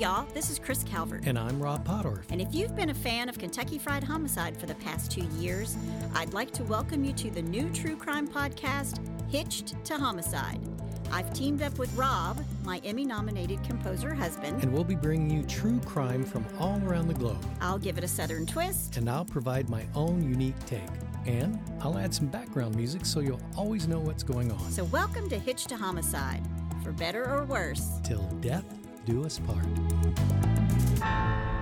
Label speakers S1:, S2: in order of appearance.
S1: y'all. This is Chris Calvert.
S2: And I'm Rob Potter.
S1: And if you've been a fan of Kentucky Fried Homicide for the past two years, I'd like to welcome you to the new true crime podcast, Hitched to Homicide. I've teamed up with Rob, my Emmy nominated composer husband.
S2: And we'll be bringing you true crime from all around the globe.
S1: I'll give it a southern twist.
S2: And I'll provide my own unique take. And I'll add some background music so you'll always know what's going on.
S1: So, welcome to Hitched to Homicide, for better or worse.
S2: Till death do us part.